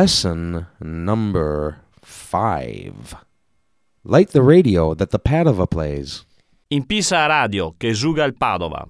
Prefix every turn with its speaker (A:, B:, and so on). A: Lesson number five. Like the radio that the Padova plays.
B: In Pisa Radio, che esuga il Padova.